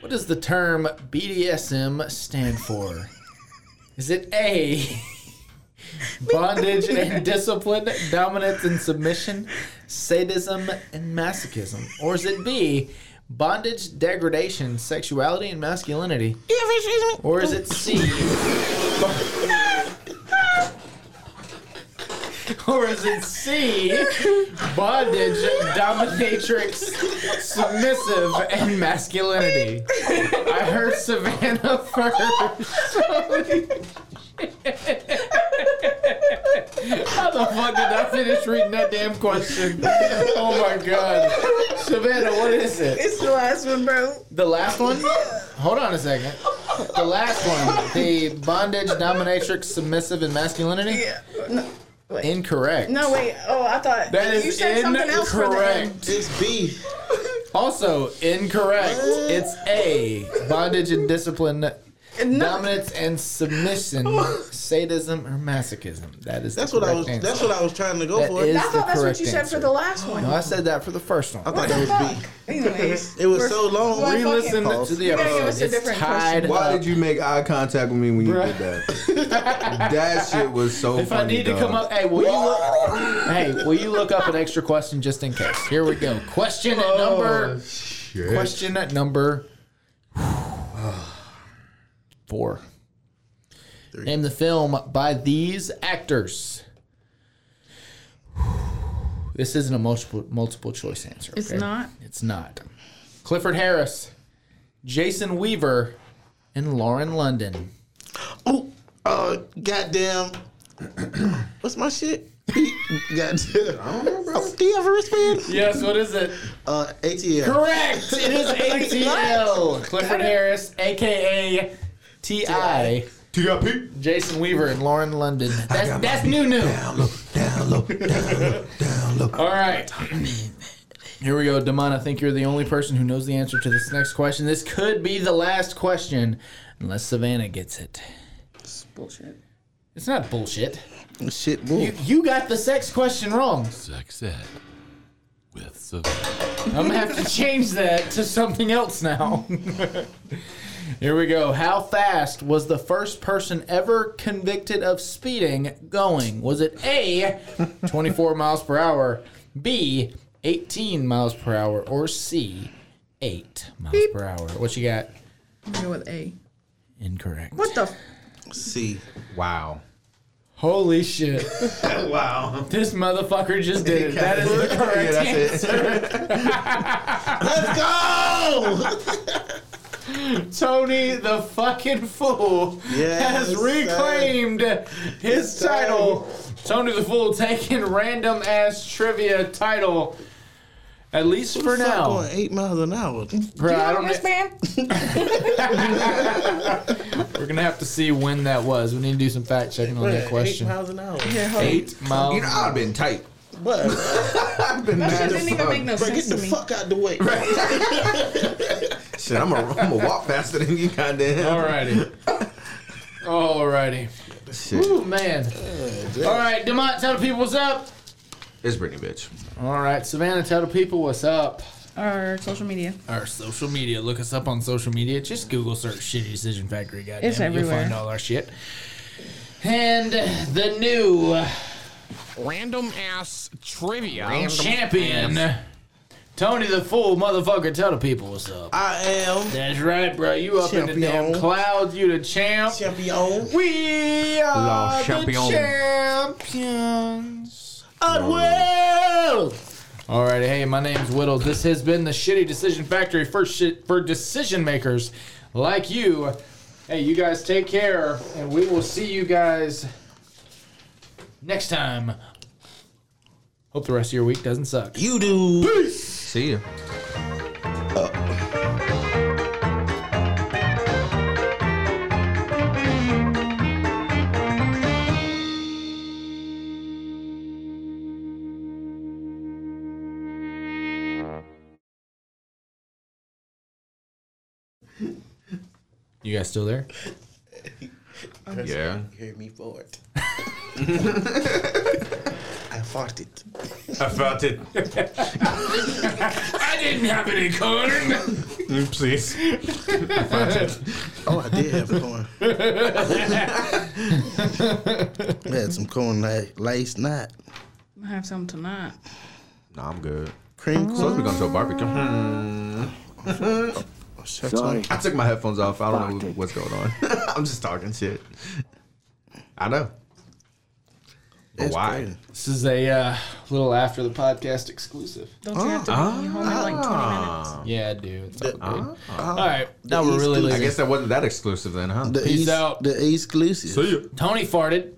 B: What does the term BDSM stand for? Is it A, bondage and discipline, dominance and submission, sadism and masochism? Or is it B, bondage, degradation, sexuality, and masculinity? Or is it C, or is it C, bondage, dominatrix, submissive, and masculinity? I heard Savannah first. How the fuck did I finish reading that damn question? Oh my god. Savannah, what is it?
E: It's the last one, bro.
B: The last one? Hold on a second. The last one. The bondage, dominatrix, submissive, and masculinity?
E: Yeah. No,
B: Incorrect.
E: no, wait. Oh, I thought
B: That is
E: you said something else for them.
B: incorrect.
C: It's B.
B: Also incorrect. It's A. Bondage and discipline,
E: No,
B: dominance and submission, sadism or masochism. That is
C: That's
B: the
C: what I
B: correct
C: was.
B: Answer.
C: That's what I was trying to go
B: That
C: for.
B: is- the
E: I thought that's
B: correct
E: what you said
B: answer.
E: for the last one.
B: no, I said that for the first one.
C: I thought
E: What the
C: that was B.
E: fuck? Anyways,
C: It was
E: we're-
C: so long.
E: we're
B: Re-listen
E: fucking-
B: to the
E: You gotta give
B: episode.
E: us a
B: It's
E: different
B: tied.
E: question.
D: Why did you make eye contact with me when you
B: Bruh.
D: did that? that shit was so
B: If I
D: funny.
B: need to
D: dog.
B: come up, hey, will you look? hey, will you look up an extra question just in case? Here we go. Question at number.
D: Shit.
B: Question at number four. Name the film by these actors. This isn't a multiple multiple choice answer.
E: It's
B: okay?
E: not?
B: It's not. Clifford Harris, Jason Weaver, and Lauren London.
C: Ooh, uh, goddamn. What's my shit? Goddamn. I don't know, bro. Do you have a wristband?
B: Yes, what is it?
C: Uh, ATL.
B: Correct. It is ATL. Clifford Harris, aka T.I.
D: TIP.
B: Jason Weaver and Lauren London. That's, that's new, new. Down low, down low, down low. All right. Here we go, Damon. I think you're the only person who knows the answer to this next question. This could be the last question, unless Savannah gets it.
E: Bullshit.
B: It's not bullshit.
C: Shit, bull.
B: You, you got the sex question wrong.
A: Sex ed with Savannah.
B: I'm gonna have to change that to something else now. Here we go. How fast was the first person ever convicted of speeding going? Was it A, 24 miles per hour, B, 18 miles per hour, or C, 8 miles per hour? What you got?
E: I'm going with A.
B: Incorrect.
E: What the? F-
C: C.
D: Wow.
B: Holy shit.
C: Wow.
B: This motherfucker just did it. That is the
D: Yeah,
B: correct answer.
D: that's it.
C: Let's go!
B: Tony the fucking Fool
C: Yes,
B: has
C: sir.
B: reclaimed his
C: sir.
B: title. Tony the Fool taking random ass trivia title. At least for
C: Fuck
B: now.
C: Going eight miles an hour.
B: Bro, I don't know-
E: wristband?
B: We're going to have to see when that was. We need to do some fact checking on that
C: Eight
B: question.
C: miles an hour.
E: Here, hold on.
B: Eight miles.
D: You know, I'd been tight.
C: But
D: I'd been
E: That
D: mad
E: shit
D: as
E: didn't even
D: fuck.
E: make no
C: bro,
E: sense
C: get
E: to
C: the
E: me.
C: fuck out the way.
D: Shit, I'm going to walk faster than you, goddamn.
B: Alrighty. Alrighty.
D: Shit.
B: Ooh, man.
C: Oh,
B: Alright, Demont, tell the people what's up.
D: It's Brittany, bitch.
B: Alright, Savannah, tell the people what's up.
E: Our social media.
B: our social media. Look us up on social media. Just Google search Shitty Decision Factory. Goddamn,
E: It's
B: it, You'll
E: everywhere.
B: find all our shit. And the new
A: Random ass trivia.
B: champion, Tony the Fool, motherfucker. Tell the people what's up.
C: I am
B: That's right, bro. You up in the damn
C: Champion.
B: clouds. You the champ.
C: champion.
B: We are
D: La champion.
B: the champions of world. Alrighty, hey, my name's Whittle. This has been the Shitty Decision Factory for shit for decision makers like you. Hey, you guys take care, and we will see you guys next time. Hope the rest of your week doesn't suck.
C: You do.
D: See ya.
B: You guys still there?
D: Yeah.
C: Hear me for it. I farted.
D: I felt it.
B: I didn't have any corn.
D: Oopsies.
C: Oh, I did have corn. I had some corn like last night.
E: I have some tonight.
D: Nah, I'm good.
C: Cream corn.
D: Supposed to be going to a barbecue.
C: Shut up.
D: I took my headphones off. I don't know what's going on. I'm just talking shit. I know. But
C: That's
D: why?
C: crazy.
B: This is a uh, little after the podcast exclusive.
E: Don't you have to be home in like 20 minutes?
B: Yeah, dude. It's all good.
C: Uh,
B: All right, Oh. uh-huh. now we're
C: East
B: really
C: Coast.
D: Ah, I
B: leaving.
D: guess that wasn't that exclusive then, huh?
C: the
B: Peace
C: East,
B: out.
C: The exclusive.
D: See ya.
B: Tony farted.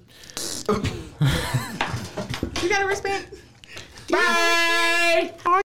E: You got a wristband?
B: Bye.